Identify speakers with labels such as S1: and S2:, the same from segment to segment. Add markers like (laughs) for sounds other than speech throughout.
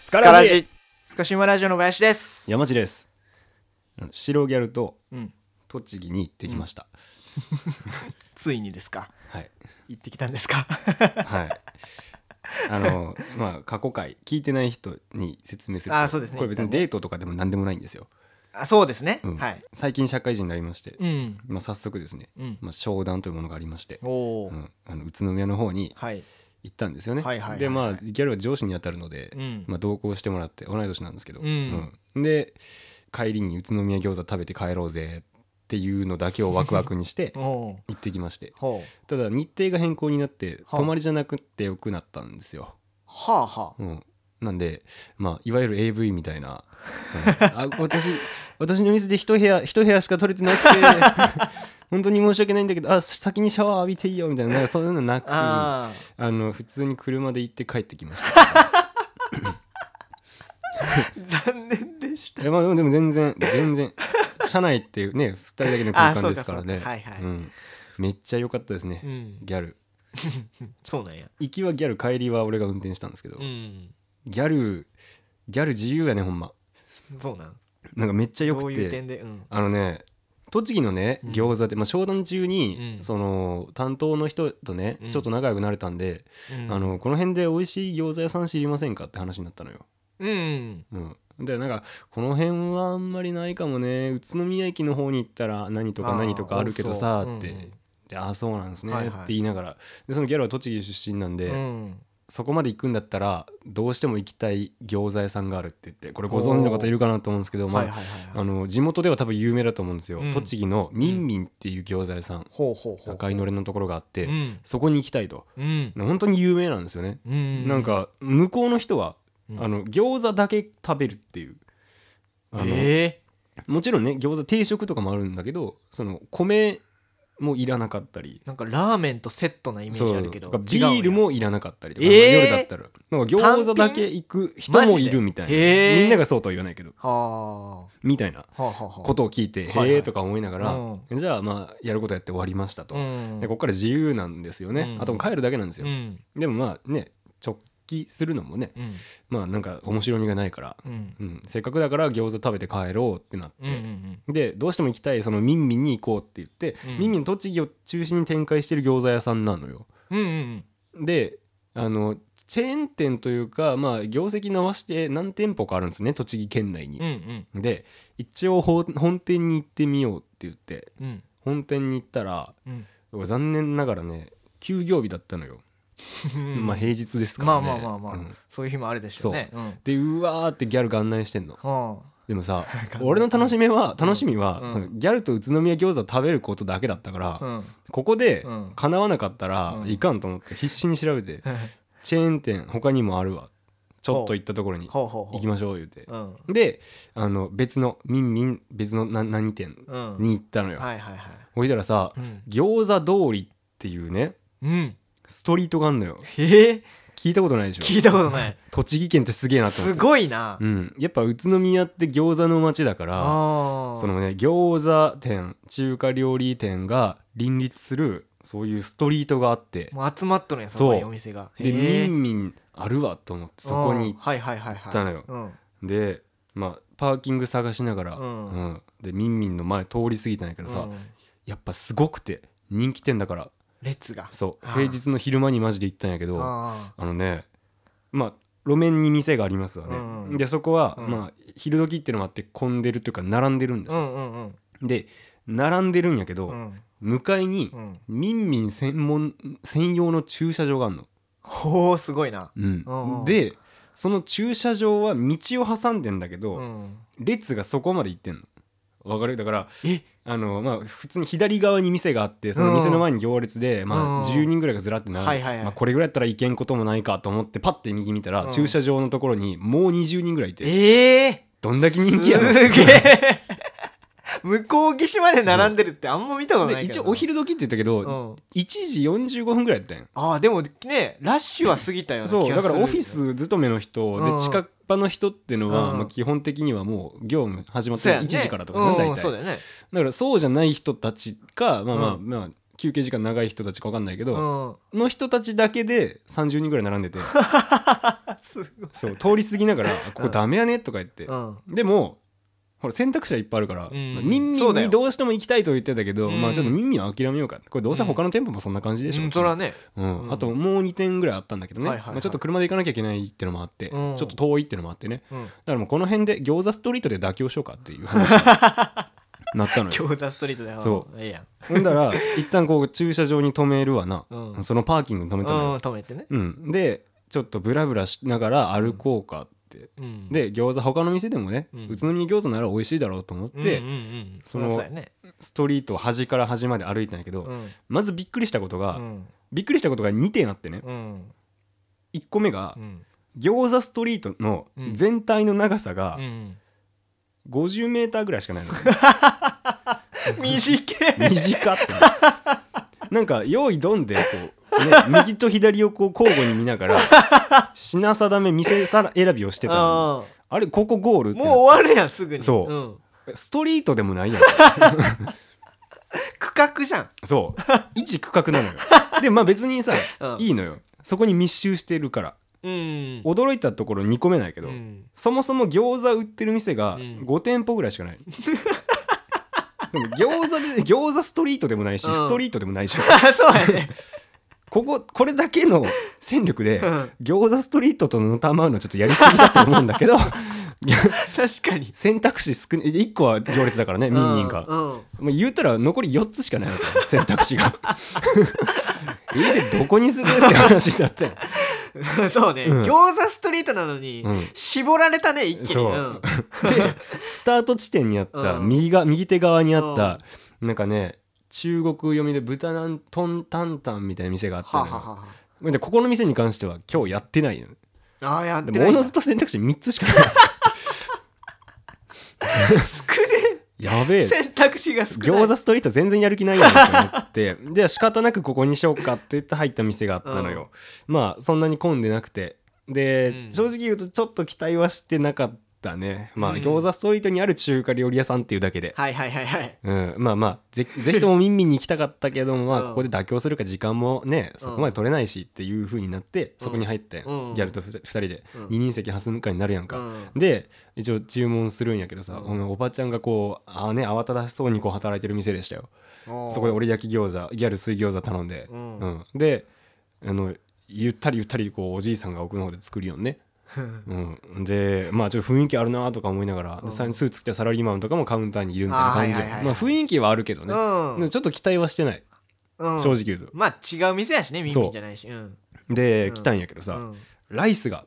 S1: スカ
S2: から
S1: ラジ
S2: じ
S1: スカシマラジオの林です
S3: 山地ですうん白ギャルと
S1: うん
S3: 栃木に行ってきました、
S1: ついにですか
S3: はい
S1: 行ってきたんですか (laughs)
S3: はいあのまあ過去回聞いてない人に説明すると
S1: あそうですね
S3: これ別にデートとかでも何でもないんですよ、
S1: あそうですね、
S3: うん
S1: はい
S3: 最近社会人になりまして、
S1: うん
S3: まあ、早速ですね、
S1: うん
S3: まあ、商談というものがありまして、
S1: おお、
S3: うん、あの宇都宮の方に
S1: はい
S3: 行ったんですよね、
S1: はいはいはいはい
S3: でまあギャルは上司に当たるので、
S1: うん、
S3: まあ、同行してもらって同い年なんですけど、
S1: うん
S3: うんで帰りに宇都宮餃子食べて帰ろうぜっていうのだけをワクワクにして
S1: (laughs) おお
S3: 行ってきまして
S1: ほう
S3: ただ日程が変更になって
S1: はあ
S3: 泊まりじゃなくってよくなったんですよ、
S1: はあは
S3: うん、なんでまあいわゆる AV みたいなそ
S1: (laughs)
S3: のあ私私の水で一部屋一部屋しか取れてなく
S1: (laughs)
S3: て本当に申し訳ないんだけどあ先にシャワー浴びていいよみたいななんかそういうのなく
S1: ああ
S3: あの普通に車で行って帰ってきました
S1: ー残念
S3: (laughs)
S1: でした
S3: いやまあでも全然全
S1: (laughs)
S3: 然車内っていうね2人だけの空間ですから
S1: あ
S3: ね
S1: そうかそうかはいはい
S3: うん、めっちゃ良かったですね、
S1: うん
S3: ギャル
S1: そうなんや
S3: 行きはギャル帰りは俺が運転したんですけど、
S1: うん
S3: ギャルギャル自由やねほんま
S1: そうなん
S3: なんかめっちゃ良
S1: どう
S3: く
S1: いう
S3: て
S1: 点でうん
S3: あのね栃木のね
S1: うん
S3: 餃子で、まあ、商談中に、
S1: うん
S3: その担当の人とね、
S1: うん
S3: ちょっと仲良くなれたんで、
S1: うん
S3: あのこの辺で美味しい餃子屋さん知りませんかって話になったのよ
S1: うん
S3: うん、でなんかこの辺はあんまりないかもね宇都宮駅の方に行ったら何とか何とかあるけどさ
S1: あー
S3: って、
S1: 多
S3: でああそうなんですね
S1: はい
S3: っ
S1: はい
S3: て言いながら、でそのギャルは栃木出身なんで、
S1: そううんうん
S3: そこまで行くんだったらどうしても行きたい餃子屋さんがあるって言ってこれご存知の方いるかなと思うんですけど、まあ
S1: はいはいはいはい
S3: あの地元では多分有名だと思うんですよ、
S1: うん
S3: 栃木のみんみんっていう餃子屋さん、
S1: ほうほうほう
S3: 赤いのれんのところがあって、
S1: うん
S3: そこに行きたいと
S1: うん
S3: 本当に有名なんですよね、
S1: うん
S3: なんか向こうの人は、
S1: うん
S3: あの餃子だけ食べるっていうあの、
S1: え
S3: もちろんね餃子定食とかもあるんだけどその米もいらなかったり
S1: ーなんかラーメンとセットなイメージあるけど
S3: とかビ
S1: 違うんや
S3: ールもいらなかったりとか、
S1: えー
S3: 夜だったらなんか餃子だけ行く人
S1: 単
S3: も
S1: 品
S3: いるみたい
S1: マジ
S3: な、
S1: でへー
S3: みんながそうとは言わないけど
S1: は
S3: みたいな
S1: あはあはあはあ
S3: ことを聞いて、
S1: はいはい
S3: へえとか思いながら、
S1: う
S3: じゃあまあやることやって終わりましたと、
S1: うん
S3: でここから自由なんですよね、
S1: うん
S3: あともう帰るだけなんですよ
S1: う、ん
S3: でもまあね直帰するのもね
S1: うん
S3: まあなんか面白みがないから、
S1: うん
S3: うん、せっかくだから餃子食べて帰ろうってなって、
S1: うんうん
S3: でどうしても行きたいそのミンミンに行こうって言って、
S1: うん
S3: ミンミン栃木を中心に展開してる餃子屋さんなのよ
S1: うんうん
S3: であのチェーン店というかまあ業績伸ばして何店舗かあるんですね栃木県内
S1: うんう
S3: に、
S1: ん
S3: で一応本本店に行ってみようって言って
S1: うん
S3: 本店に行ったら
S1: うん
S3: 残念ながらね休業日だったのよ、
S1: うん
S3: まあ平日ですか
S1: ま
S3: ら
S1: あ
S3: ね
S1: まあまあまあ
S3: うん
S1: そういう日もあるでしょうねうん
S3: でうわーってギャルが案内してんの
S1: はあ
S3: でもさ
S1: 考
S3: (laughs)
S1: え
S3: 俺の楽しみは楽しみは、
S1: うん
S3: そのギャルと宇都宮餃子を食べることだけだったから、
S1: うん
S3: ここで
S1: うん
S3: 叶わなかったら
S1: うん
S3: いかんと思って必死に調べて、チェーン店他にもあるわちょっと行ったところに
S1: ほうほうほう
S3: 行きましょう言うて
S1: うん
S3: であの別のみんみん別のな何店
S1: うん
S3: に行ったのよ
S1: はいはいはい
S3: ほいだらさ
S1: うん
S3: 餃子通りっていうね
S1: うん
S3: ストリートがあんのよ
S1: へえ
S3: 聞いたこと (laughs) ないでし
S1: (laughs) 聞
S3: ょ
S1: いたことない
S3: 栃木県ってすげえなと思っ
S1: す
S3: て
S1: ごいな
S3: うん、やっぱ宇都宮って餃子の街だから
S1: あ
S3: そ
S1: ー
S3: のね餃子店中華料理店が林立するそういうストリートがあって
S1: もう集まっとるんやそこに
S3: そう
S1: お店が
S3: で
S1: へ
S3: み
S1: え
S3: んみんあるわと思ってそこに
S1: うんはいはいはいはい
S3: 行ったのよ
S1: うん
S3: でまあパーキング探しながら、
S1: うん
S3: うんでみんみんの前通り過ぎたんやけどさ、
S1: うん
S3: やっぱすごくて人気店だから
S1: 列が
S3: そう
S1: あー
S3: 平日の昼間にマジで行ったんやけどあ
S1: あ
S3: のねまあ路面に店がありますわね、
S1: うん
S3: でそこは、
S1: うん
S3: まあ昼時っていうのもあって混んでるというか並んでるんで
S1: あ
S3: す
S1: う
S3: よ、
S1: んうんうん
S3: で並んでるんやけど、
S1: うん
S3: 向かいに
S1: うん
S3: みんみん専門専用の駐車場があるの、
S1: ほうすごいな
S3: うん
S1: うんうん
S3: でその駐車場は道を挟んでんだけど、
S1: うん
S3: 列がそこまで行ってんのわかるだから
S1: え
S3: あのまあ普通に左側に店があってその店の前に行列で、ま
S1: うん
S3: あ、10人ぐらいがずらってな
S1: はいはいはい
S3: まあ、これぐらいやったらいけんこともないかと思ってパッて右見たら、
S1: うん
S3: 駐車場のところにもう20人ぐらいいて
S1: ええ
S3: どんだけ人気やねん
S1: すげえ向こう岸まで並んでるってあんま見たことな
S3: で
S1: いけ
S3: 一
S1: ど
S3: 応お昼時って言ったけど、
S1: うん
S3: 1時45分ぐらいやったんよ
S1: ああでもねラッシュは過ぎたような気が
S3: そ
S1: す
S3: うだ
S1: る
S3: からオフィス勤めの人
S1: うん
S3: で近場の人ってのは、
S1: うん
S3: まあ、基本的にはもう業務始まって
S1: そうや
S3: 1
S1: ね
S3: 時からとかじゃん大
S1: うん
S3: 体
S1: そうだよね
S3: だからそうじゃない人たちかまあまあ、
S1: う
S3: まあ休憩時間長い人たちか分かんないけ
S1: う
S3: ど、
S1: ん
S3: の人たちだけで30人ぐらい並んでて
S1: (laughs) すごい
S3: そう通り過ぎながら「ここダメやね」とか言って、
S1: うん
S3: でもほら選択肢はいっぱいあるから、
S1: うん
S3: まあミンミ
S1: そう
S3: ン
S1: だよ
S3: にどうしても行きたいと言ってたけど、
S1: うん
S3: まあちょっとミンミンは諦めようかこれどうせ
S1: うん
S3: 他の店舗もそんな感じでしょ、
S1: うんそれはね
S3: うん
S1: うん
S3: あともう2点ぐらいあったんだけどね、
S1: はいはいはい
S3: まあ、ちょっと車で行かなきゃいけないってのもあって、
S1: うん
S3: ちょっと遠いってのもあってね
S1: うん
S3: だからもうこの辺で餃子ストリートで妥協しようかっていう話
S1: (laughs)
S3: になったのよ
S1: 餃子ストリートだよ
S3: そ
S1: うんええやん
S3: ほんだら一旦こう駐車場に止めるわな、
S1: うん
S3: そのパーキングに止
S1: う
S3: め
S1: ん
S3: たのよ、
S1: 止めてね
S3: うん、でちょっとブラブラしながら歩こうかって、
S1: うん
S3: で餃子他の店でもね、
S1: うん
S3: 宇都宮餃子なら美味しいだろうと思っ
S1: うん
S3: て、
S1: うんうん
S3: そ
S1: そ
S3: の
S1: のそうやね
S3: ストリートを端から端まで歩いたんやけど、
S1: うん
S3: まずびっくりしたことが、
S1: うん
S3: びっくりしたことが2点あってね、
S1: うん
S3: 1個目が、
S1: うん
S3: 餃子ストリートの
S1: うん
S3: 全体の長さが (laughs)
S1: うん
S3: 50メーターぐらいしか
S1: (laughs)
S3: ないの、ね、
S1: 短い
S3: 短ってねなんか用意ドンでこう、
S1: (laughs)
S3: ね、右と左をこう交互に見ながら品定め店さ選びをしてたのに
S1: あ
S3: あれここゴールっ
S1: ー
S3: て
S1: もう
S3: な
S1: 終わるやんすぐに
S3: そうんストリートでもないやん
S1: 区画じゃん
S3: そう一区画なのよでまあ別にさ
S1: うん
S3: いいのよそこに密集してるから
S1: うん
S3: 驚いたところ2個目ないけど、
S1: うん (laughs)
S3: そもそも餃子売ってる店が
S1: うん
S3: 5店舗ぐらいしかない、でも餃子で餃子ストリートでもないし、
S1: うん
S3: ストリートでもないじゃん
S1: あそうやね
S3: こここれだけの戦力で
S1: うん
S3: 餃子ストリートとのたまうのちょっとやりすぎだと思うんだけど
S1: 確かに
S3: 選択肢少ない1個は行列だからねミンミンが
S1: うんうん
S3: もう言うたら残り4つしかないわけよ選択肢
S1: (laughs)
S3: が家でどこにするって話だったよ
S1: (laughs) そうね、
S3: うん
S1: 餃子ストリートなのに、
S3: うん
S1: 絞られたね一気に
S3: そう、
S1: ん
S3: でスタート地点にあった、
S1: うん
S3: 右が右手側にあった、なんかね中国読みで豚なんトンタンタンみたいな店があった
S1: はは
S3: のよ
S1: は
S3: でここの店に関しては今日やってないの
S1: ああやって
S3: で
S1: な
S3: も
S1: い
S3: お
S1: な
S3: のずと選択肢3つしかない
S1: (laughs)
S3: やべえ
S1: 選択肢が少ない
S3: 餃子ストリート全然やる気ないやんと思ってで仕方なくここにしようかって言って入った店があったのよ、まあそんなに混んでなくてで、
S1: うん
S3: 正直言うとちょっと期待はしてなかったねまあ、
S1: うん
S3: 餃子ストリートにある中華料理屋さんっていうだけで、
S1: はいはいはいはい
S3: うん、まあまあぜ (laughs) ぜひともミンミンに行きたかったけどもまあ
S1: うん
S3: ここで妥協するか時間もねそこまで取れないしっていう風になってそこに入って
S1: うん
S3: ギャルと2人で
S1: うん
S3: 二人席蓮向かいになるやん
S1: う
S3: か。
S1: ん
S3: で一応注文するんやけどさ、
S1: うん
S3: このおばちゃんがこうあーね慌ただしそうにこう働いてる店でしたよ
S1: おー
S3: そこで俺焼き餃子ギャル水餃子頼んで、
S1: うん
S3: うんであのゆったりゆったりこうおじいさんが奥の方で作るよんね、うん、でまあちょっと雰囲気あるなとか思いながら、
S1: うん
S3: でさらにスーツ着たサラリーマンとかもカウンターにいるみたいな感じで
S1: あーはいはいはいはい
S3: まあ雰囲気はあるけどね、
S1: うん
S3: でちょっと期待はしてない、
S1: うん
S3: 正直言うと
S1: まあ違う店やしねミン
S3: そ
S1: ミ
S3: う
S1: ンじゃないしうん
S3: で、
S1: うん
S3: 来たんやけどさ、ライスが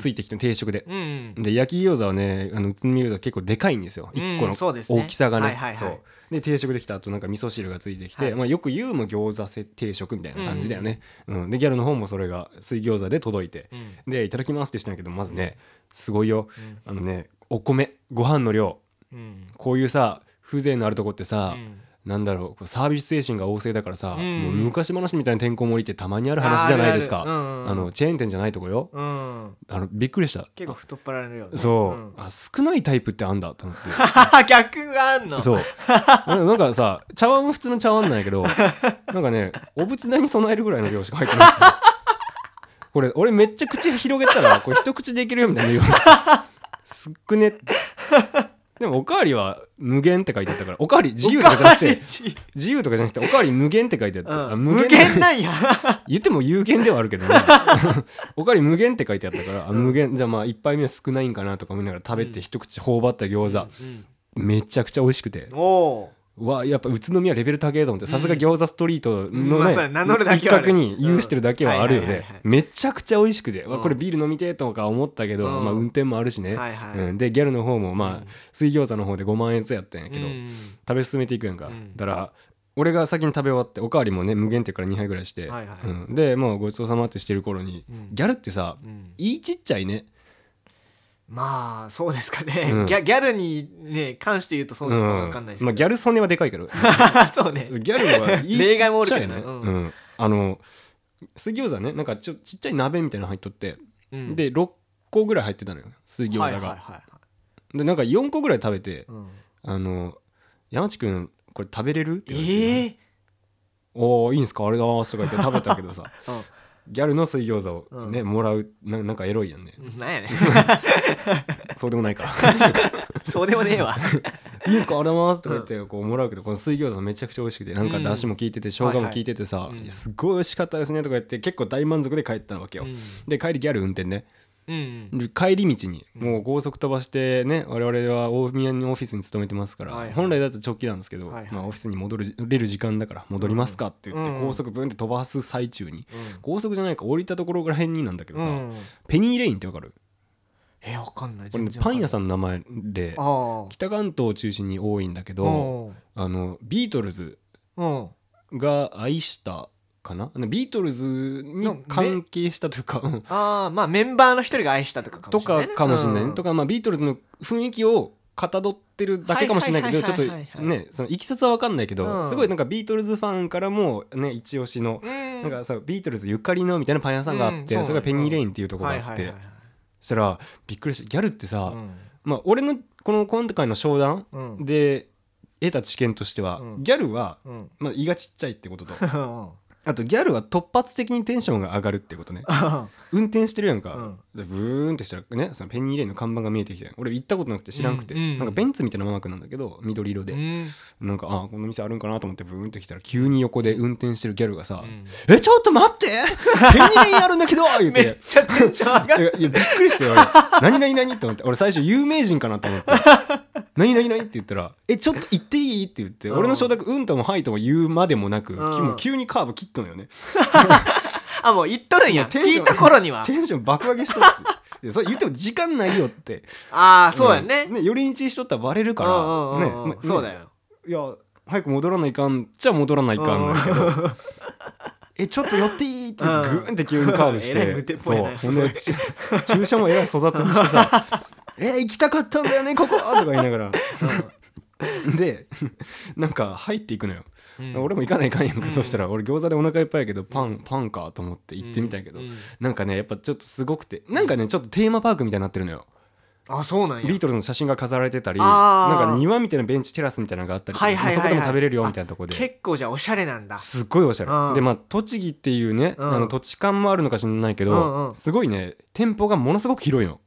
S3: ついてきて定食で、
S1: うんうん
S3: で焼き餃子はねあの宇都宮餃子結構でかいんですよ
S1: うん
S3: 1個の
S1: そうですね
S3: 大きさがね,、
S1: はいはいはい
S3: そうで定食できた後なんか味噌汁がついてきて、
S1: はい
S3: まあ、よく言うも餃子せ定食みたいな感じだよね、うんでギャルの方もそれが水餃子で届いて
S1: うん
S3: でいただきますってしたんやけどまずねすごいよ
S1: う
S3: あ
S1: ん
S3: のねお米ご飯の量
S1: うん
S3: こういうさ風情のあるとこって
S1: う
S3: さ、
S1: ん
S3: なんだろうこうサービス精神が旺盛だからさ、
S1: うん
S3: もう昔話みたいなてんこ盛りってたまにある話じゃないですか
S1: あ
S3: あ
S1: るあるうんうん
S3: のチェーン店じゃないとこよ
S1: うん
S3: あのびっくりした
S1: 結構太っ腹れるよね
S3: そう、
S1: ん (laughs)
S3: あ少ないタイプってあんだと思って
S1: 逆があんの
S3: そうななんかさ茶碗も普通の茶碗なんやけ
S1: (laughs)
S3: どなんかねお仏壇に備えるぐらいの量しか入ってないん
S1: (laughs)
S3: ですよこれ俺めっちゃ口広げたらこれ一口でいけるよみたいな量すっくねってでもおかわりは無限って書いてあったからおかわり自由
S1: お
S3: とか
S1: か
S3: じゃな
S1: わ
S3: く
S1: り
S3: て
S1: 自由
S3: 自由とかじゃなくておかわり無限って書いてあった、あ
S1: うん無限なんや
S3: 言っても有限ではあ
S1: (laughs)
S3: るけどねおかわり無限って書いてあったからあ無限じゃあまあ一杯目は少ないんかなとか思いながら食べて一口頬張った餃子、
S1: うん
S3: めちゃくちゃ美味しくて
S1: うんおー
S3: うわやっぱ宇都宮レベル高いと思ってさすが餃子ストリート
S1: うんま
S3: の
S1: あそれ名乗る
S3: ね
S1: だ
S3: 一
S1: けはある
S3: 角に有してるだけはあるよ
S1: うんはい
S3: ね
S1: はいはいはい
S3: めちゃくちゃ美味しくてうわ
S1: うん
S3: これビール飲みてえとか思ったけど
S1: うん
S3: まあ運転もあるしね
S1: はいはい
S3: うんでギャルの方も
S1: う
S3: ま
S1: ん
S3: あ水餃子の方で5万円ずつやったんやけど
S1: うん
S3: 食べ進めていくやんか
S1: うん
S3: だから俺が先に食べ終わっておかわりもね無限ってから2杯ぐらいして
S1: はいはい
S3: うんでもうごちそうさまってしてる頃に
S1: うん
S3: ギャルってさ
S1: うん
S3: いいちっちゃいね
S1: まあそうですかね、
S3: うん
S1: ギャギャルにね関して言うとそう
S3: う
S1: なのか
S3: ん
S1: 分かんないですけど、
S3: まあギャル曽根はでか
S1: (laughs)
S3: いけど
S1: そうね
S3: ギャルはいいちっ
S1: 例外もおる
S3: ちゃ
S1: け
S3: い
S1: ど
S3: ね、
S1: ね
S3: う
S1: うん
S3: んあの水餃子ねなんかちょちっちゃい鍋みたいなの入っとって、
S1: うん
S3: で6個ぐらい入ってたのよ水餃子が、
S1: はいはいはいはい
S3: でなんか4個ぐらい食べて
S1: うん
S3: 「あの山地君これ食べれる?」って
S1: え
S3: 言われて「
S1: え
S3: おーいいんすかあれだーす」とか言って食べたけどさ
S1: うん
S3: ギャルの水餃子を
S1: うん
S3: ね、もらうななんかエロいやん
S1: (laughs)
S3: ね (laughs)
S1: なんやねん
S3: そうでもない
S1: (laughs)
S3: か
S1: そうでもねえわ
S3: いいですかありがとうございますとか言ってこうもらうけどこの水餃子めちゃくちゃ美味しくてなんか
S1: うん
S3: だしも効いてて生姜も効いててさ、
S1: はいはいうん
S3: すごい美味しかったですねとか言って結構大満足で帰ったわけよ、
S1: うん
S3: で帰りギャル運転ね
S1: うん
S3: で帰り道に
S1: うん
S3: もう高速飛ばしてね我々は大宮のオフィスに勤めてますから、
S1: はいはい
S3: 本来だと直帰なんですけど、
S1: はいはい
S3: まあ、オフィスに戻るれる時間だから戻りますかって言っ
S1: うんう
S3: て
S1: ん
S3: 高速ブンって飛ばす最中に
S1: うん
S3: 高速じゃないか降りたところらへんになんだけどさ、
S1: うん
S3: ペニーレインってわかる
S1: えわかんない
S3: これ、
S1: 全
S3: ね
S1: 然わ
S3: パ
S1: か
S3: ン
S1: んない
S3: 屋さんの名前で
S1: あ
S3: 北関東を中心に多いんだけ
S1: あ
S3: どあのビートルズ
S1: うんうん
S3: が愛したかなあのビートルズに関係したというかうん
S1: ああまあメンバーの一人が愛したとかか
S3: と
S1: もしれな
S3: か
S1: いね
S3: かもしれない、
S1: うん
S3: とか、まあ、ビートルズの雰囲気をかたどってるだけかもしれないけど
S1: はい
S3: ちょ
S1: は
S3: っ
S1: い
S3: と
S1: はいはいはい
S3: ねそのいきさつは分かんないけど、
S1: うん
S3: すごいなんかビートルズファンからもね一押しの。
S1: うん
S3: なんかさビートルズゆかりのみたいなパン屋さんがあって、
S1: うん
S3: それがペニーレインっていうところがあって、
S1: はいはいはい
S3: そしたらびっくりしたギャルってさ、
S1: はい
S3: まあ、俺のこの今回の商談
S1: うんうん
S3: で得た知見としては、
S1: うん
S3: ギャルは、
S1: うん
S3: (laughs) まあ、胃がちっちゃいってことと
S1: うん
S3: (laughs) あとギャルは突発的にテンションが上がるってこと (laughs) ね運転してるやんか、でブーンってしたらねそのペニーレインの看板が見えてきて俺行ったことなくて知らんくて、
S1: うんうん
S3: なんかベンツみたいなマークなんだけど緑色
S1: う
S3: で、
S1: ん
S3: なんかあーこの店あるんかなと思ってブーンって来たら急に横で運転してるギャルがさ「
S1: うん
S3: えちょっと待って (laughs) ペニーレインあるんだけど!」言う。
S1: めってちゃテンション上が
S3: い
S1: る
S3: やいやびっくりしてよ
S1: (laughs)
S3: 俺何何何と思って俺最初有名人かなと思って何何何って言ったら「えちょっと行っていい?」って言って
S1: うん
S3: 俺の承諾うんともはいとも言うまでもなく
S1: ん
S3: もう急にカーブ切っとんよね
S1: あもう言っとるんや
S3: もうテンショ
S1: 聞
S3: ン
S1: いた頃には
S3: テンション爆上げしとっていやそれ言っても時間ないよって
S1: ああそうやね
S3: ん寄り道しとったらバレるか
S1: うん
S3: ら
S1: うんうんうん
S3: ま
S1: そうだよ
S3: いや早く戻らないかんじゃ戻らないかんだけど (laughs) えちょっと寄っていいって言って
S1: う
S3: グ
S1: ん
S3: ーンって急にカーブし
S1: うんえらい無
S3: て
S1: 手っぽ
S3: そ
S1: いうな
S3: ほんでち駐車もえらい粗雑にしてさ (laughs) 「え行きたかったんだよねここ!」とか言いながらで (laughs) なんか入っていくのよ
S1: うん
S3: 俺も行かないかんやん
S1: う
S3: か
S1: ん
S3: そしたら俺餃子でお腹いっぱいやけどパンパンかと思って行ってみたけど
S1: うんうん
S3: なんかねやっぱちょっとすごくてなんかねちょっとテーマパークみたいになってるのよ
S1: あそうなんや
S3: ビートルズの写真が飾られてたり
S1: あー
S3: なんか庭みたいなベンチテラスみたいなのがあったり
S1: はいはいはいはい
S3: まあそこでも食べれるよみたいなとこで
S1: 結構じゃあおしゃれなんだ
S3: すっごいおしゃれ、
S1: うん
S3: でまあ栃木っていうね、
S1: うん
S3: あの土地感もあるのかしらないけど、
S1: うんうん
S3: すごいね店舗がものすごく広いの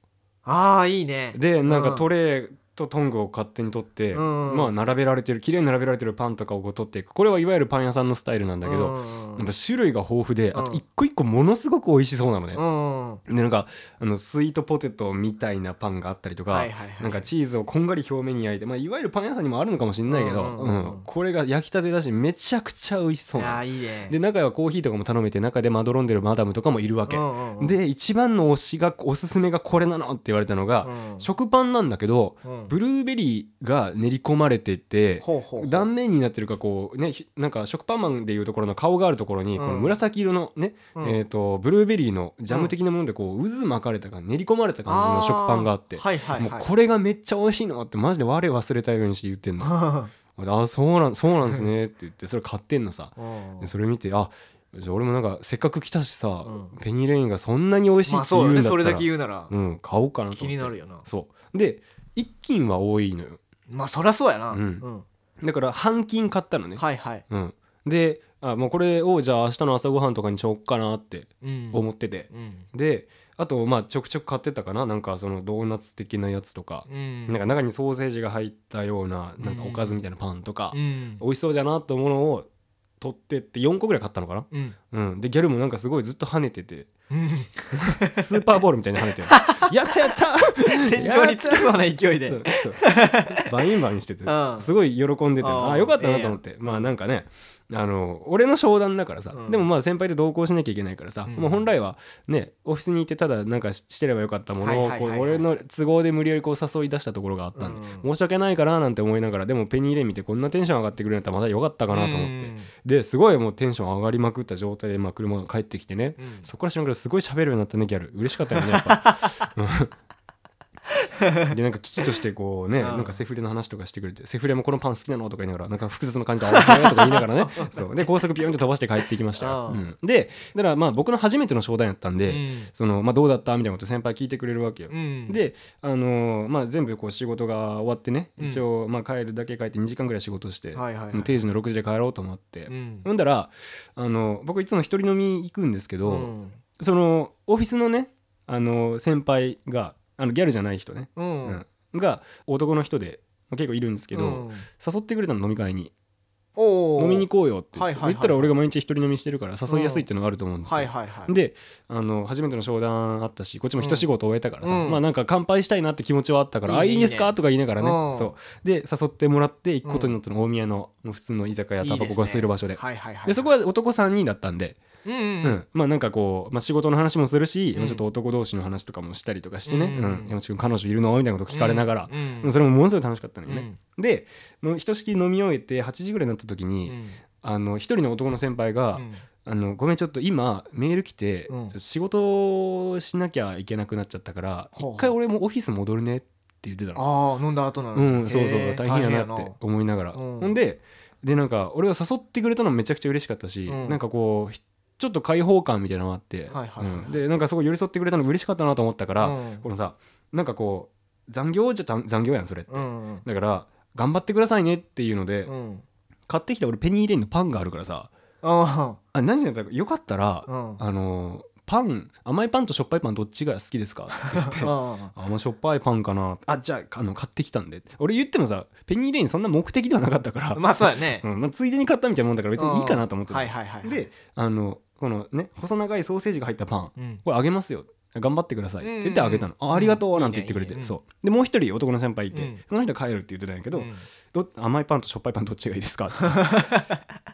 S1: ああいいね
S3: でなん
S1: う
S3: か
S1: ん
S3: トレーとトングを勝手に取って、
S1: うんうん
S3: まあ並べられてる綺麗に並べられてるパンとかをこう取っていくこれはいわゆるパン屋さんのスタイルなんだけど、
S1: うんうん
S3: やっぱ種類が豊富で、あと
S1: うん
S3: 一個一個ものすごく美味しそうなのね、
S1: うんうん
S3: でなんかあのスイートポテトみたいなパンがあったりとか、
S1: はいはいはい
S3: なんかチーズをこんがり表面に焼いて、まあ、いわゆるパン屋さんにもあるのかもしれないけど、
S1: うんうんうんうん
S3: うんこれが焼きたてだしめちゃくちゃ美味しそう
S1: いや
S3: な
S1: ーいいね
S3: で中はコーヒーとかも頼めて中でまどろんでるマダムとかもいるわけ、
S1: うんうんうん
S3: で一番の推しがおすすめがこれなのって言われたのが、
S1: うん
S3: 食パンなんだけど
S1: うん
S3: ブルーベリーが練り込まれてて
S1: ほうほうほう
S3: 断面になってるかこうねひなんか食パンマンでいうところの顔があるところにこの
S1: うん
S3: 紫色のね、
S1: うん
S3: えー、とブルーベリーのジャム的なものでこう渦巻かれたか練り込まれた感じの食パンがあって
S1: ーはいはい
S3: もう
S1: はい
S3: これがめっちゃ美味しいのってマジで我忘れたようにして言ってん
S1: (laughs)
S3: のああそうなんそうなんですねって言ってそれ買ってんのさ
S1: うん
S3: でそれ見てあじゃあ俺もなんかせっかく来たしさ、
S1: うん
S3: ペニーレインがそんなに美味しい
S1: ま
S3: っ
S1: あ
S3: て言
S1: そうう
S3: だ
S1: んだね
S3: った
S1: それだ
S3: ら
S1: け言うなら
S3: うん買おうかなと思って
S1: 気になるよな
S3: そうで一斤は多いのよ
S1: まあそりゃそうやな
S3: う
S1: うんん
S3: だから半斤買ったのね、
S1: はいはい
S3: うん、であもうこれをじゃあ明日の朝ごはんとかにしよっかなって
S1: うん
S3: 思ってて、
S1: うん
S3: であとまあちょくちょく買ってたかななんかそのドーナツ的なやつとか
S1: う、ん
S3: なんか中にソーセージが入ったようななんかおかずみたいなパンとか、
S1: うん
S3: 美味しそうだなと思うのを取ってって4個ぐらい買ったのかな、
S1: うん
S3: うん、でギャルもなんかすごいずっと跳ねてて
S1: うん
S3: スーパーボールみたいに跳ねてるやったやった
S1: (laughs) 天井につきそうな勢いで
S3: そうそうバインバインしてて
S1: うん
S3: すごい喜んでて
S1: あー
S3: ああよかったなと思ってまあなんかねあの俺の商談だからさ、
S1: うん
S3: でもまあ先輩と同行しなきゃいけないからさ、
S1: うん
S3: もう本来はねオフィスに行ってただなんかししてればよかったものを
S1: はいはい
S3: こ
S1: は
S3: う
S1: いはい
S3: 俺の都合で無理やりこう誘い出したところがあったんで、申し訳ないかななんて思いながらでもペニーレイ見てこんなテンション上がってくれるんだったらまだよかったかなと思って、ですごいもうテンション上がりまくった状態でまあ車が帰ってきてね、
S1: うん
S3: そこからしながらすごい喋るようになったねギャル嬉しかったよねやっぱでなんか危機としてこうね、
S1: うん
S3: なんかセフレの話とかしてくれてセフレもこのパン好きなのとか言いながらなんか複雑な感じで「あおいよ」とか言いなが
S1: (laughs)
S3: らねそうで高速ピョンと飛ばして帰ってきましたよ、
S1: う
S3: うんんでだからまあ僕の初めての商談やったんで、そのまあ、どうだったみたいなこと先輩聞いてくれるわけよ、
S1: うん、
S3: で、あのーまあ、全部こう仕事が終わってね
S1: うん
S3: 一応まあ帰るだけ帰って2時間ぐらい仕事して、
S1: はいはいはい、
S3: 定時の6時で帰ろうと思って、
S1: うん
S3: ほんだらあの僕いつも一人飲み行くんですけど、
S1: うん
S3: そのオフィスのねあの先輩があのギャルじゃない人ね、
S1: うん
S3: うんが男の人でまあ結構いるんですけど、
S1: うん
S3: 誘ってくれたの飲み会に
S1: おー
S3: 飲みに行こうよって言って
S1: はいはいはいはい
S3: 言ったら俺が毎日一人飲みしてるから誘いやすいっていうのがあると思うんですよ
S1: はいはいはい
S3: であの初めての商談あったしこっちも一仕事終えたからさ、
S1: うん
S3: まあなんか乾杯したいなって気持ちはあったから「
S1: いい
S3: あ
S1: ね
S3: いいんです
S1: いい
S3: か?」
S1: ね
S3: とか言いながらね、
S1: うん
S3: そうで誘ってもらって行くことになったの大宮のもう普通の居酒屋タバコが吸える場所で
S1: いいすねはいはいはい、
S3: でそこは男3人だったんで、
S1: うんうん
S3: う
S1: うんん
S3: まあなんかこう、まあ、仕事の話もするし、
S1: うん
S3: ちょっと男同士の話とかもしたりとかしてね「
S1: う
S3: うんん山地君彼女いるの?」みたいなこと聞かれながら、
S1: うんうん
S3: でもそれもものすごい楽しかったのよ
S1: う
S3: ね。
S1: ん
S3: でのひとしきり飲み終えて8時ぐらいになった時
S1: う
S3: に、
S1: ん
S3: あの一人の男の先輩が「
S1: うん
S3: あのごめんちょっと今メール来て、
S1: う
S3: ち
S1: ん
S3: ょっと仕事をしなきゃいけなくなっちゃったから
S1: ほうほう
S3: 一回俺もオフィス戻るねって言ってたの
S1: ああ飲んだ後なの
S3: う
S1: に
S3: んそうそう
S1: へー
S3: 大変やなって思いながら、
S1: うん
S3: ほんででなんか俺は誘ってくれたのめちゃくちゃ嬉しかったし、
S1: うん
S3: なんかこうひちょっと開放感みたいなのもあって、
S1: はいはいはい
S3: うんでなんかすごい寄り添ってくれたの嬉しかったなと思ったから、
S1: うん
S3: このさなんかこう残業じゃ残残業やんそれって、
S1: うんうん
S3: だから頑張ってくださいねっていうので、
S1: うん
S3: 買ってきた俺ペニーレインのパンがあるからさ
S1: あ
S3: あ何時だったかよかったら
S1: あ、うん
S3: あのパン甘いパンとしょっぱいパンどっちが好きですかって言って
S1: あ
S3: 甘しょっぱいパンかなあじゃああの買ってきたんで俺言ってもさペニーレインそんな目的ではなかったから、
S1: あまあそうやね
S3: うんまあ、ついでに買ったみたいなもんだから別にいいかなと思ってた、
S1: はいはいはいはい
S3: であのこのね細長いソーセージが入ったパン
S1: うん
S3: これあげますよ頑張ってくださいって言ってあげたの、
S1: うん
S3: あありがとうなんて言ってくれ
S1: い
S3: て、
S1: いねいいね
S3: そうでもう一人男の先輩いて、
S1: うん
S3: その人は帰るって言ってたんやけど、
S1: うん
S3: ど甘いパンとしょっぱいパンどっちがいいですか
S1: (laughs)
S3: っ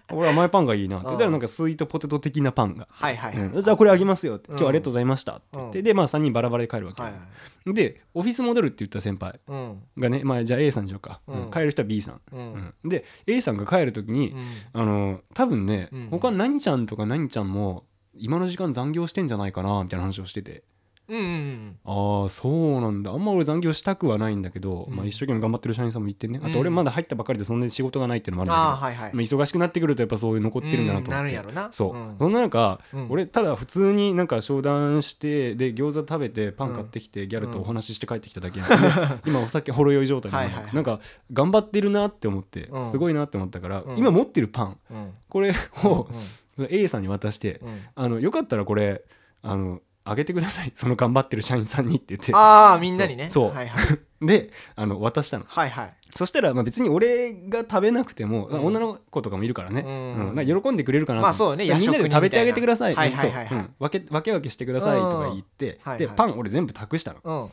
S3: て俺甘いパンがいいなって言ったらなんかスイートポテト的なパンが
S1: はいはいはい
S3: うんじゃあこれあげますよって
S1: うん
S3: 今日ありがとうございましたって言って、
S1: うん
S3: でまあ3人バラバラで帰るわけ、
S1: はいはい
S3: でオフィス戻るって言った先輩
S1: うん
S3: がね、まあ、じゃあ A さんにしようか、
S1: うん
S3: うん帰る人は B さん、
S1: うん
S3: うんで A さんが帰る時に、
S1: うん
S3: あの多分ね、
S1: うん
S3: 他何ちゃんとか何ちゃんも今の時間残業してんじゃないかなみたいな話をしてて
S1: うんうん
S3: ああそうなんだあんま俺残業したくはないんだけど、
S1: うん
S3: まあ、一生懸命頑張ってる社員さんも言ってねあ
S1: うん
S3: と俺まだ入ったばかりでそんなに仕事がないっていうのもあるんだけど
S1: ああはいはい
S3: まあ、忙しくなってくるとやっぱそういう残ってるんだなと思って、
S1: うんるんやろな
S3: そう、
S1: ん
S3: そんな中、
S1: うん
S3: 俺ただ普通になんか商談してで餃子食べてパン買ってきて、ギャルとお話しして帰ってきただけやん、
S1: (laughs)
S3: 今お酒ほろ酔い状態なの
S1: はいはいはい
S3: なんか頑張ってるなって思って、
S1: うん
S3: すごいなって思ったから、
S1: うん
S3: 今持ってるパン
S1: うん
S3: これを、
S1: うん
S3: その A さんに渡して、
S1: うん
S3: あのよかったらこれあのあげてくださいその頑張ってる社員さんにって言って
S1: ああみんなにね
S3: そう
S1: はいはい
S3: であの渡したの
S1: はいはい
S3: そしたらまあ別に俺が食べなくても、
S1: うん
S3: 女の子とかもいるからね、
S1: うん
S3: うんなんか喜んでくれるかなと思って
S1: まあそうね
S3: みんな
S1: 夜食
S3: で
S1: に
S3: 食べてあげてください
S1: みたいなはいはいはいはい
S3: うん分け分け分けしてくださいとか言って、
S1: うんはい
S3: で
S1: はい
S3: パン俺全部託したの、
S1: うんは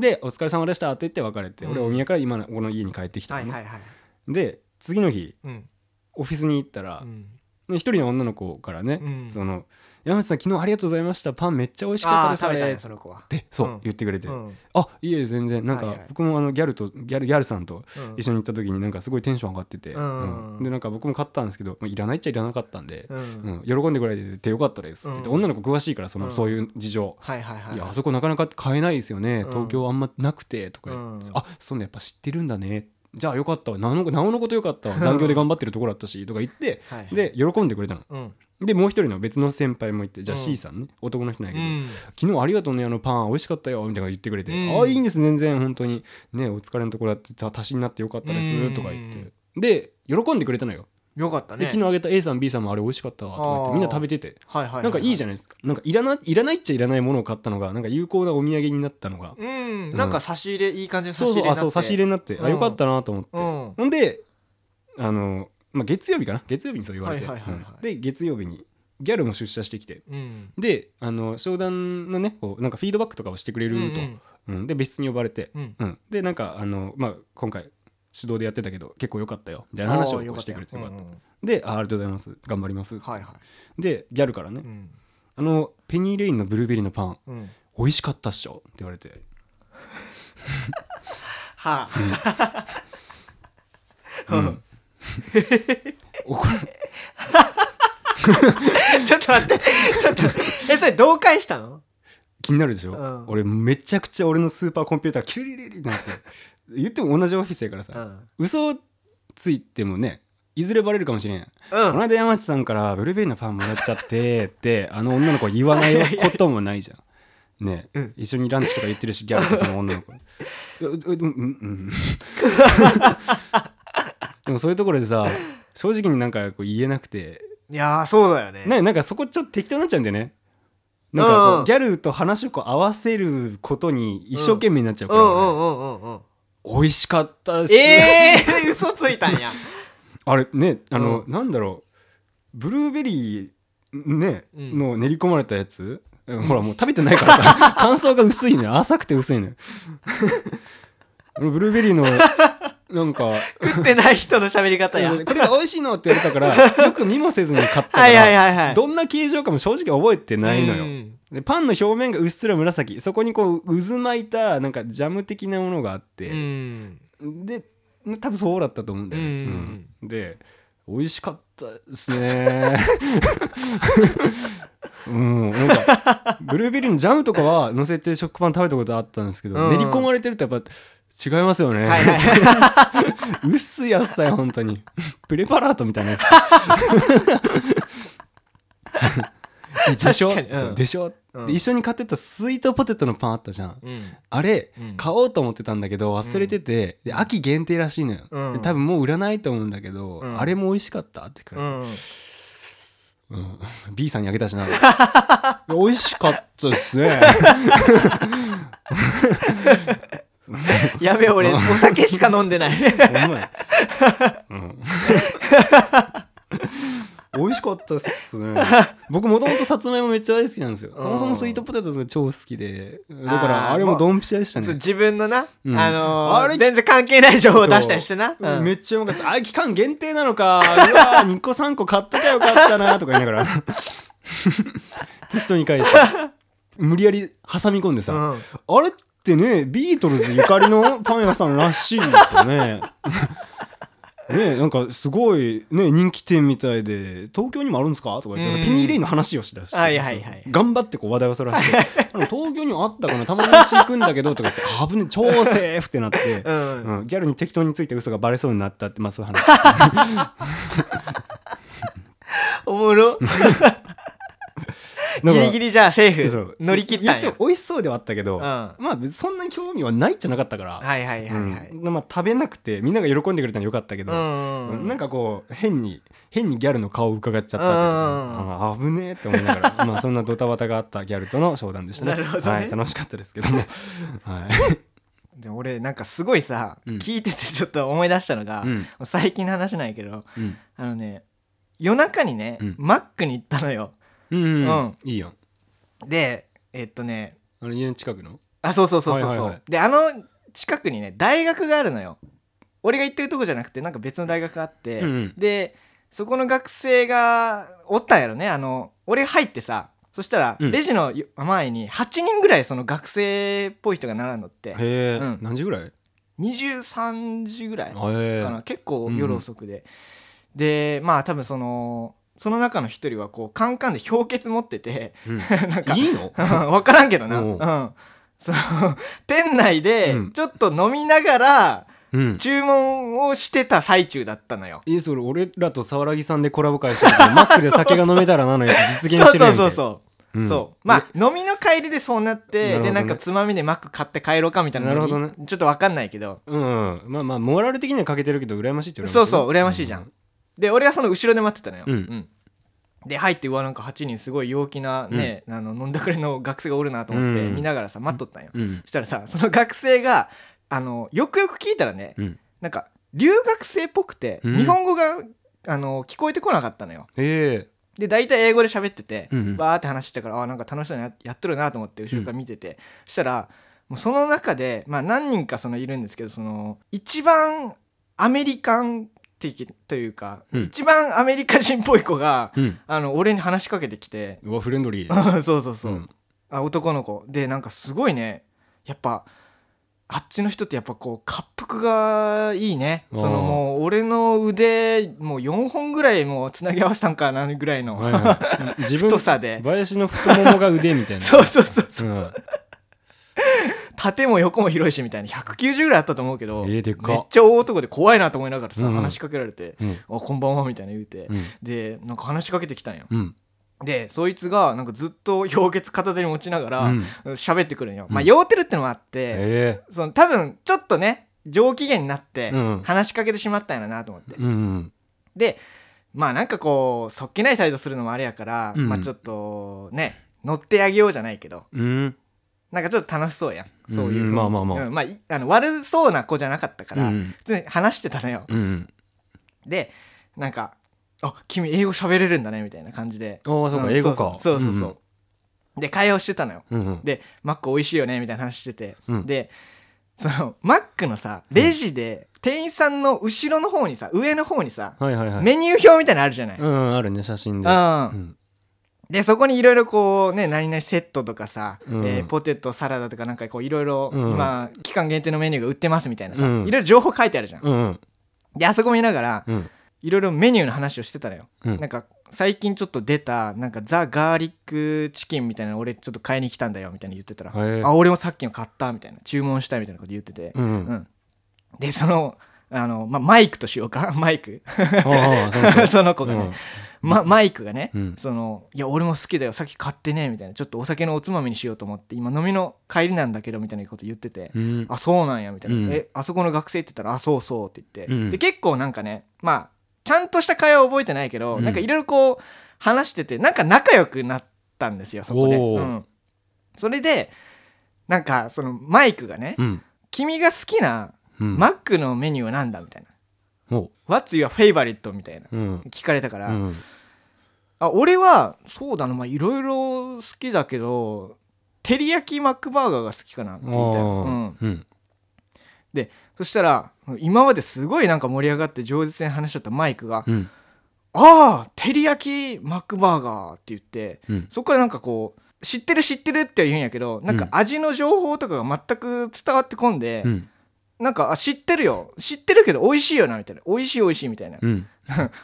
S3: で「お疲れ様でした」って言って別れて、
S1: うん
S3: 俺お宮から今のこの家に帰ってき
S1: い
S3: たの
S1: は
S3: ね、
S1: いはい
S3: で次の日
S1: うん
S3: オフィスに行ったら
S1: うん
S3: ね一、人の女の子からね、
S1: うん
S3: その「山口さん昨日ありがとうございましたパンめっちゃ美味しかった
S1: あ
S3: で
S1: あ
S3: すあ
S1: 食べたね
S3: れ」
S1: その子は
S3: ってそう、
S1: うん
S3: 言ってくれて「
S1: うん
S3: あいえ全然なんか、
S1: はいはい
S3: 僕もあのギャルとギャルギャルさんと
S1: うん
S3: 一緒に行った時になんかすごいテンション上がってて、
S1: うん
S3: うんでなんか僕も買ったんですけど、まあ、いらないっちゃいらなかったんで、
S1: う
S3: うんん喜んでくれてよかったですって言って、
S1: うん
S3: 女の子詳しいからその、
S1: うん
S3: そういう事情、
S1: はいはいはい
S3: いやあそこなかなか買えないですよね、
S1: うん
S3: 東京あんまなくてとか言って、
S1: うん
S3: あそんなやっぱ知ってるんだねじゃあよかったわなおのなおのことよかった
S1: (laughs)
S3: わ残業で頑張ってるところだったしとか言って
S1: はいはい
S3: で喜んでくれたの
S1: うん
S3: でもう一人の別の先輩もいてじゃあ
S1: うん
S3: C さんね、男の人なんや
S1: う
S3: けど、
S1: ん
S3: 昨日ありがとうねあのパン美味しかったよみたいなの言ってくれて、
S1: うん
S3: ああいいんです全然本当にねお疲れのところやってた足しになってよかったです
S1: うん
S3: とか言ってで喜んでくれたのよ、
S1: よかった
S3: で
S1: ね
S3: 昨日あげた A さん B さんもあれ美味しかったわとか言っ
S1: あー
S3: てみんな食べてて
S1: はいはいは
S3: なんかいいじ
S1: ゃ
S3: ゃないですかなんかいらないらないっちゃいらないものを買ったのがなんか有効なお土産になったのが、
S1: うん
S3: うん
S1: なんか差し入れいい感じの差
S3: そう
S1: し
S3: そ
S1: 入
S3: う
S1: れに
S3: あ
S1: なって
S3: そう差し入れになって、
S1: うん
S3: あよかったなと思って、
S1: うん
S3: ほんであの、まあ、月曜日かな月曜日にそう言われて、
S1: はいはいはいはい
S3: うんで月曜日にギャルも出社してきて
S1: うん
S3: であの商談のねこうなんかフィードバックとかをしてくれると、
S1: うん
S3: うん、で別室に呼ばれて、
S1: うんうん
S3: うん、でなんかあの、まあ、今回指導でやってたけど結構良かったよみたいな話をこうしてくれて
S1: あ
S3: よ
S1: ー
S3: かった
S1: よかったよ
S3: であ「ありがとうございます頑張ります
S1: うんうん」はいは
S3: でギャルからね、
S1: いうん
S3: あの「ペニーレインのブルーベリーのパン
S1: うん
S3: 美味しかったっしょ」って言われて
S1: は
S3: 「うん、
S1: (laughs)
S3: 怒ら
S1: あちょっと待ってちょっとえそれ同会したの
S3: 気になるでしょ、
S1: うん
S3: 俺めちゃくちゃ俺のスーパーコンピューターキュリリリってなって言っても同じオフィスやから
S1: う
S3: さ、
S1: ん
S3: 嘘ついてもねいずれバレるかもしれん、こ
S1: う
S3: の
S1: ん
S3: 間山内さんからブルーベリーのパンもらっちゃってってあの女の子は言わないこともないじゃんね、
S1: うん
S3: 一緒にランチとか行ってるしギャルとその女の子いやうううんうん (laughs) でもそういうところでさ正直になんかこう言えなくて
S1: いやーそうだよね
S3: ね、なんかそこちょっと適当になっちゃうんだよね。なんかこ
S1: うん
S3: うギャルと話をこう合わせることに一生懸命になっちゃう
S1: う
S3: か
S1: んう
S3: ら、
S1: んうんうんうん
S3: 美味しかったっす、
S1: ええー、嘘ついたんや
S3: あれねあの、
S1: う
S3: なんだろうブルーベリーね、
S1: うん
S3: の練り込まれたやつ (laughs) ほらもう食べてないから
S1: (laughs)
S3: さ感想が薄いのよ浅くて薄いのよブルーベリーのなんか
S1: 食ってない人の喋
S3: (laughs)
S1: り
S3: こ
S1: 方や
S3: れが美味しいのって言われたからよく見もせずに買ったから
S1: はいはいはいはい
S3: どんな形状かも正直覚えてないのよ、
S1: うん
S3: でパンの表面がうっすら紫そこにこう渦巻いたなんかジャム的なものがあっ
S1: う
S3: て、
S1: ん
S3: で多分そうだったと思うんだよね、
S1: うん
S3: うんで美味しかったです
S1: (laughs)
S3: ねうんなんかブルーベリーのジャムとかは乗せて食パン食べたことあったんですけど、
S1: うん
S3: 練り込まれてるとやっぱ違いますよね、
S1: はいはいは
S3: (laughs) 薄いやつさよ本当にプレパラートみたい
S1: (laughs)
S3: なやつ (laughs) でしょ、
S1: 確かにうん
S3: そうでしょ、
S1: うん
S3: で一緒に買ってたスイートポテトのパンあったじゃん
S1: いうん
S3: あれ、
S1: うん
S3: 買おうと思ってたんだけど忘れてて、で秋限定らしいのよ、
S1: うん
S3: で多分もう売らないと思うんだけど、
S1: うん
S3: あれも美味しかったってく
S1: う
S3: らい、
S1: んうん
S3: B さんにあげたし
S1: (laughs)
S3: ないや美味しかったっすね
S1: やべえ俺お酒しか飲んで
S3: (laughs)
S1: ない
S3: ほんまや
S1: (laughs)
S3: うん、美味しかったっす
S1: (laughs)
S3: ね僕もともとさつまいもめっちゃ大好きなんですよ
S1: うん
S3: そもそもスイートポテトが超好きでだから
S1: あー
S3: あれもドンピシャでした
S1: そう
S3: ね
S1: 自分のな、
S3: うん
S1: あのー
S3: あれ
S1: 全然関係ない情報を出したりしてな、
S3: そう
S1: うん
S3: めっちゃうまかったあ期間限定なのかう
S1: (laughs)
S3: わ2個3個買ったかよかったなとか言いながら (laughs) 適当に返して無理やり挟み込んでさ、
S1: うん
S3: あれってね、ビートルズゆかりのパン屋さんらしいですよね。 (laughs) ねなんかすごい、ね、人気店みたいで東京にもあるんですかとか言ってさ
S1: うん
S3: ペニー・レイの話をしだして、
S1: はいはいはい
S3: そう頑張ってこう話題をそ
S1: (laughs)
S3: らしてあの東京にもあったかなたまにうち行くんだけどとか言ってあぶねえ超セーフってなって、
S1: うん
S3: うんギャルに適当について嘘がバレそうになったってまあそういう
S1: (laughs)
S3: 話ですね
S1: おもろギリギリじゃあセー
S3: そ
S1: フ
S3: う
S1: 乗り切ったん
S3: 言
S1: や
S3: っても美味しそうではあったけど、
S1: うん
S3: まあ別にそんなに興味はないじゃなかったから、
S1: はいはいはいはい、
S3: うんまあ、食べなくてみんなが喜んでくれたのよかったけど、
S1: うんうん
S3: なんかこう変に変にギャルの顔を伺っちゃったっていうかあ危ねえって思いながら
S1: (laughs)
S3: まあそんなドタバタがあったギャルとの商談でしたね
S1: なるほどね
S3: はい、楽しかったですけ
S1: (laughs)
S3: ども、はい
S1: で俺なんかすごいさ、
S3: うん
S1: 聞いててちょっと思い出したのが、
S3: うん
S1: 最近の話なんやけど
S3: うん
S1: あのね夜中にね、
S3: うん
S1: マックに行ったのよ
S3: うんうん
S1: うん
S3: いいよ
S1: でえっとね
S3: あの家の近くの
S1: あそうそうそうそう
S3: は
S1: そう、
S3: いはいはい
S1: であの近くにね大学があるのよ俺が行ってるとこじゃなくてなんか別の大学があって、
S3: うんうん
S1: でそこの学生がおったんやろねあの俺入ってさそしたら
S3: うん
S1: レジの前に8人ぐらいその学生っぽい人が並んどって
S3: へえ、
S1: うん
S3: 何時ぐらいへ
S1: 23時ぐらい
S3: え
S1: かな結構夜遅くで、でまあ多分そのその中の一人はこうカンカンで氷結持ってて (laughs)
S3: うん
S1: なんか
S3: いいの
S1: (laughs) 分からんけどな、
S3: おう
S1: うん、その店内で
S3: うん
S1: ちょっと飲みながら
S3: うん
S1: 注文をしてた最中だったのよ。
S3: えそれ俺らと沢良さんでコラボ会してるけどマックで酒が飲めたらなのやつ実現し
S1: そう
S3: てるやん
S1: そう
S3: け
S1: (laughs) そうそう
S3: う
S1: うんそうまあ飲みの帰りでそうなっ
S3: なるほ
S1: て
S3: ど
S1: で
S3: ね
S1: なんかつまみでマック買って帰ろうかみたいなのに
S3: なるほど
S1: ちょっと分かんないけど
S3: うん、まあまあモラル的には欠けてるけど羨ましいって言われ
S1: そうそう羨ましいじゃん、で俺はその後ろで待ってたのよ、
S3: うん
S1: で入ってうわなんか8人すごい陽気なね、あの飲んだくれの学生がおるなと思って
S3: うん
S1: 見ながらさ待っとったんよ、
S3: うん
S1: そしたらさその学生があのよくよく聞いたらね、
S3: うん
S1: なんか留学生っぽくて、
S3: うん
S1: 日本語があの聞こえてこなかったのよ
S3: え
S1: で大体英語で喋ってて、
S3: うんうん
S1: バーって話してたからあーなんか楽しそうにややっとるなと思って後ろから見てて、そしたらもうその中で、まあ、何人かそのいるんですけどその一番アメリカン的というか、
S3: うん
S1: 一番アメリカ人っぽい子が
S3: えうん
S1: あの俺に話しかけてきて (laughs)
S3: うわフレンドリー
S1: そうそうそう、
S3: ん
S1: あ男の子でなんかすごいねやっぱあっちの人ってやっぱこう滑腹がいいね
S3: あー
S1: そのもう俺の腕もう4本ぐらいもうつなぎ合わせたんかなぐらいの、
S3: はい
S1: (laughs)
S3: はい、自分
S1: 太さで
S3: 林の太ももが腕みたいな
S1: そうそうそう
S3: うん、
S1: 縦も横も広いしみたいな190ぐらいあったと思うけど、
S3: えーでかっ
S1: めっちゃ大男で怖いなと思いながらさ、
S3: うんうん
S1: 話しかけられて
S3: うん
S1: 「あこんばんは」みたいな言うて、
S3: うん
S1: でなんか話しかけてきたんよ
S3: うん
S1: でそいつがなんかずっと氷結片手に持ちながら
S3: うん
S1: 喋ってくるんよ、まあ
S3: うん
S1: 酔うてるってのもあって、
S3: え
S1: その多分ちょっとね上機嫌になって
S3: うん
S1: 話しかけてしまったんやろなと思って、
S3: えうんうん
S1: でまあなんかこうそっけない態度するのもあれやから、
S3: うん
S1: まあちょっとね乗ってあげようじゃないけど
S3: うん
S1: なんかちょっと楽しそうやんそういう雰囲気、
S3: うんまあまあまあ
S1: うんまあいあの悪そうな子じゃなかったから、
S3: うん
S1: 普通に話してたのよ、
S3: うん
S1: でなんか「あ君英語喋れるんだね」みたいな感じで
S3: ああそうか英語か
S1: そうそうそうそう、で会話をしてたのよ
S3: うんうん
S1: でマック美味しいよねみたいな話してて、
S3: うん
S1: でそのマックのさレジで店員さんの後ろの方にさ上の方にさ、
S3: はいはいはい
S1: メニュー表みたいなのあるじゃない、
S3: うんうんあるね写真で
S1: うん
S3: うん
S1: でそこにいろいろこうね何々セットとかさ、
S3: うん
S1: えーポテトサラダとかなんかこういろいろ
S3: うん
S1: 今期間限定のメニューが売ってますみたいなさい
S3: うん
S1: ろいろ情報書いてあるじゃん。
S3: うんうん
S1: であそこ見ながら
S3: うん
S1: いろいろメニューの話をしてたのよ。
S3: うん
S1: なんか最近ちょっと出たなんかザ・ガーリックチキンみたいなの俺ちょっと買いに来たんだよみたいな言ってたら、
S3: へえ
S1: あ俺もさっきの買ったみたいな注文したみたいなこと言ってて、
S3: うんうん
S1: うんでそのあの、まあ、マイクとしようか (laughs) マイク
S3: ああそうか
S1: (laughs) その子がね、ま、マイクがね、
S3: うん
S1: そのいや俺も好きだよさっき買ってねみたいなちょっとお酒のおつまみにしようと思って今飲みの帰りなんだけどみたいなこと言ってて、
S3: うん
S1: あそうなんやみたいな、
S3: うん
S1: えあそこの学生って言ったらあそうそうって言って、
S3: うん
S1: で結構なんかねまあちゃんとした会話は覚えてないけど、
S3: うん
S1: なんかいろいろこう話しててなんか仲良くなったんですよそこで、
S3: お
S1: う
S3: ー
S1: ん、それでなんかそのマイクがね、
S3: うん
S1: 君が好きな
S3: うん
S1: マックのメニューはなんだみたいな
S3: お
S1: 「What's your favorite?」みたいな
S3: うん
S1: 聞かれたから、
S3: うん
S1: あ俺はそうだなまあいろいろ好きだけど照り焼きマックバーガーが好きかなって言ったよ、う
S3: あ
S1: ん、
S3: あうん
S1: そしたら今まですごいなんか盛り上がって上手に話しちゃったマイクが「
S3: うん
S1: ああ照り焼きマックバーガー」って言って
S3: うん
S1: そこからなんかこう知ってる知ってるって言うんやけどなんか
S3: うん
S1: 味の情報とかが全く伝わってこんで、
S3: うん
S1: なんかあ知ってるよ知ってるけど美味しいよなみたいな美味しい美味しいみたいな、
S3: うん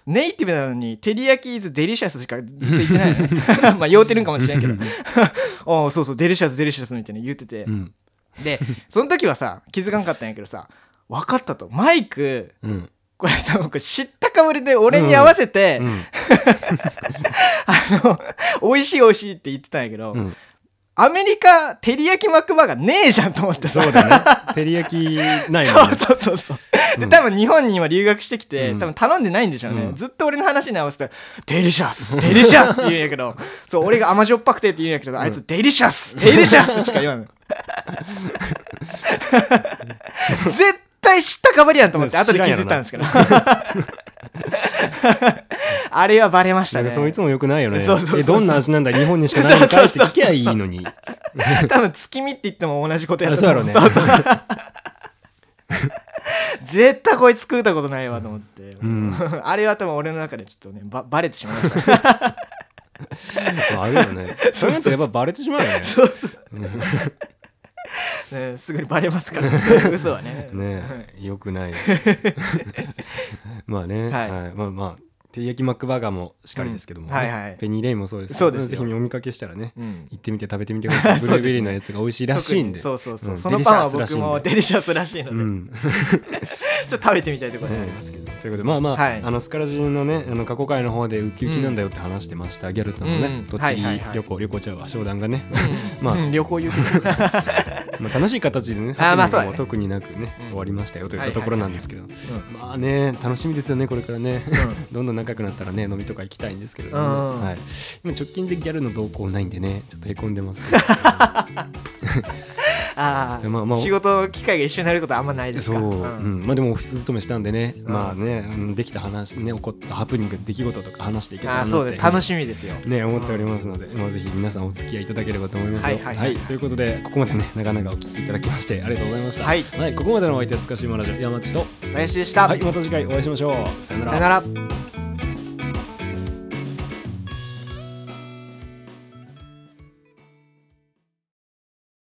S1: ネイティブなのに、照り焼き is delicious しかずっと言って
S3: (laughs)
S1: ないのね。まあ、酔うてるんかもしれんけ (laughs) ど。ああ、そうそう、デリシャス、デリシャスみたいな言ってて
S3: う。ん
S1: で、その時はさ、気づかんかったんやけどさ、分かったと。マイク、
S3: うん
S1: これ多分これ知ったかぶりで俺に合わせて、あの、美 (laughs) 味しい美味しいって言ってたんやけど、
S3: うん
S1: アメリカ、照り焼きマックバーガーねえじゃんと思ってさ。
S3: そうだね照り焼きないよ
S1: そう
S3: ね
S1: そうそうそう。で、
S3: うん
S1: 多分日本に今留学してきて、
S3: うん
S1: 多分頼んでないんでしょうね。
S3: うん
S1: ずっと俺の話に合わせて、デリシャスデリシャスって言うんや
S3: (laughs)
S1: けど、そう、俺が甘じょっぱくてって言うんやけど、あいつデリシャスデリシャスしか言
S3: (laughs)
S1: わない。絶対知ったかぶりやんと思って、
S3: うん
S1: 後で気づいたんですけど。 (laughs) あれはバレました
S3: なん
S1: ね。
S3: かそいつもよくないよね
S1: そうそうそう
S3: えどんな味なんだ日本にしかないのかいって聞きゃいいのに
S1: (laughs) 多分月見って言っても同じことやっ
S3: あ
S1: た
S3: そう
S1: と
S3: だろ
S1: 思う
S3: うね
S1: そうそう絶対こいつ食うたことないわと思って、
S3: うん
S1: (laughs) あれは多分俺の中でちょっとねばバレてしまいました、ね、
S3: あるよねそういうのってやっぱバレてしまうよね
S1: ね (laughs) すぐにバレますから、そういう嘘はね
S3: ねえよくない
S1: (laughs)
S3: ですまあね、
S1: はい
S3: はいまあまあ照り焼きマックバーガーもしっかりですけどもね、
S1: うんはいはい
S3: ペニーレインもそうです
S1: そうですよ
S3: ぜひお見かけしたらね
S1: うん
S3: 行ってみて食べてみてくだ
S1: (laughs)
S3: さいブルーベリーのやつが美味しいらしいんで
S1: 特にそうそうそう、
S3: うん
S1: そのパンは
S3: デリシ
S1: 僕
S3: ャスらしいんで
S1: もデリシャスらしいので、
S3: うん
S1: ちょっと食べてみたいところでありますけど、
S3: (laughs) ということでまあまあ,、
S1: はい
S3: あのスカラジのねあの過去回の方でウキウキなんだよって話してました、ギャルトのね、
S1: うん
S3: 栃
S1: はい
S3: 木
S1: はいはい
S3: 旅行旅行ちゃうわ商談がね、 (laughs)
S1: うん
S3: まあ
S1: うん旅行行く
S3: まあ楽しい形でね
S1: あーまあそうだ
S3: ハプニン
S1: ね
S3: グも特になくね、
S1: うん
S3: 終わりましたよといっ
S1: は
S3: た
S1: いはい
S3: ところなんですけど、 (laughs) まあね楽しみですよねこれからね (laughs) どんどん仲良くなったらね飲みとか行きたいんですけれどもね、
S1: うん
S3: はい、今直近でギャルの動向ないんでねちょっとへこんでますけ
S1: (laughs)
S3: ど
S1: ああ、
S3: まあまあ
S1: 仕事の機会が一緒になることはあんまないです
S3: そう、
S1: か
S3: うんまあ、でもオフィス勤めしたんでね、
S1: うん
S3: まあねうんできた話ね起こったハプニング出来事とか話していけたらな
S1: ああ
S3: って
S1: そうね楽しみですよ
S3: ね、思っておりますので、まあ、ぜひ皆さんお付き合いいただければと思いますよ。
S1: はいはいはい
S3: ということでここまでね長々お聞きいただきましてありがとうございました。
S1: はい
S3: ここまでのお相手はスカシマラジオ山地と、
S1: 林でした、
S3: はい、また次回お会いしましょう。さよな
S1: さよなら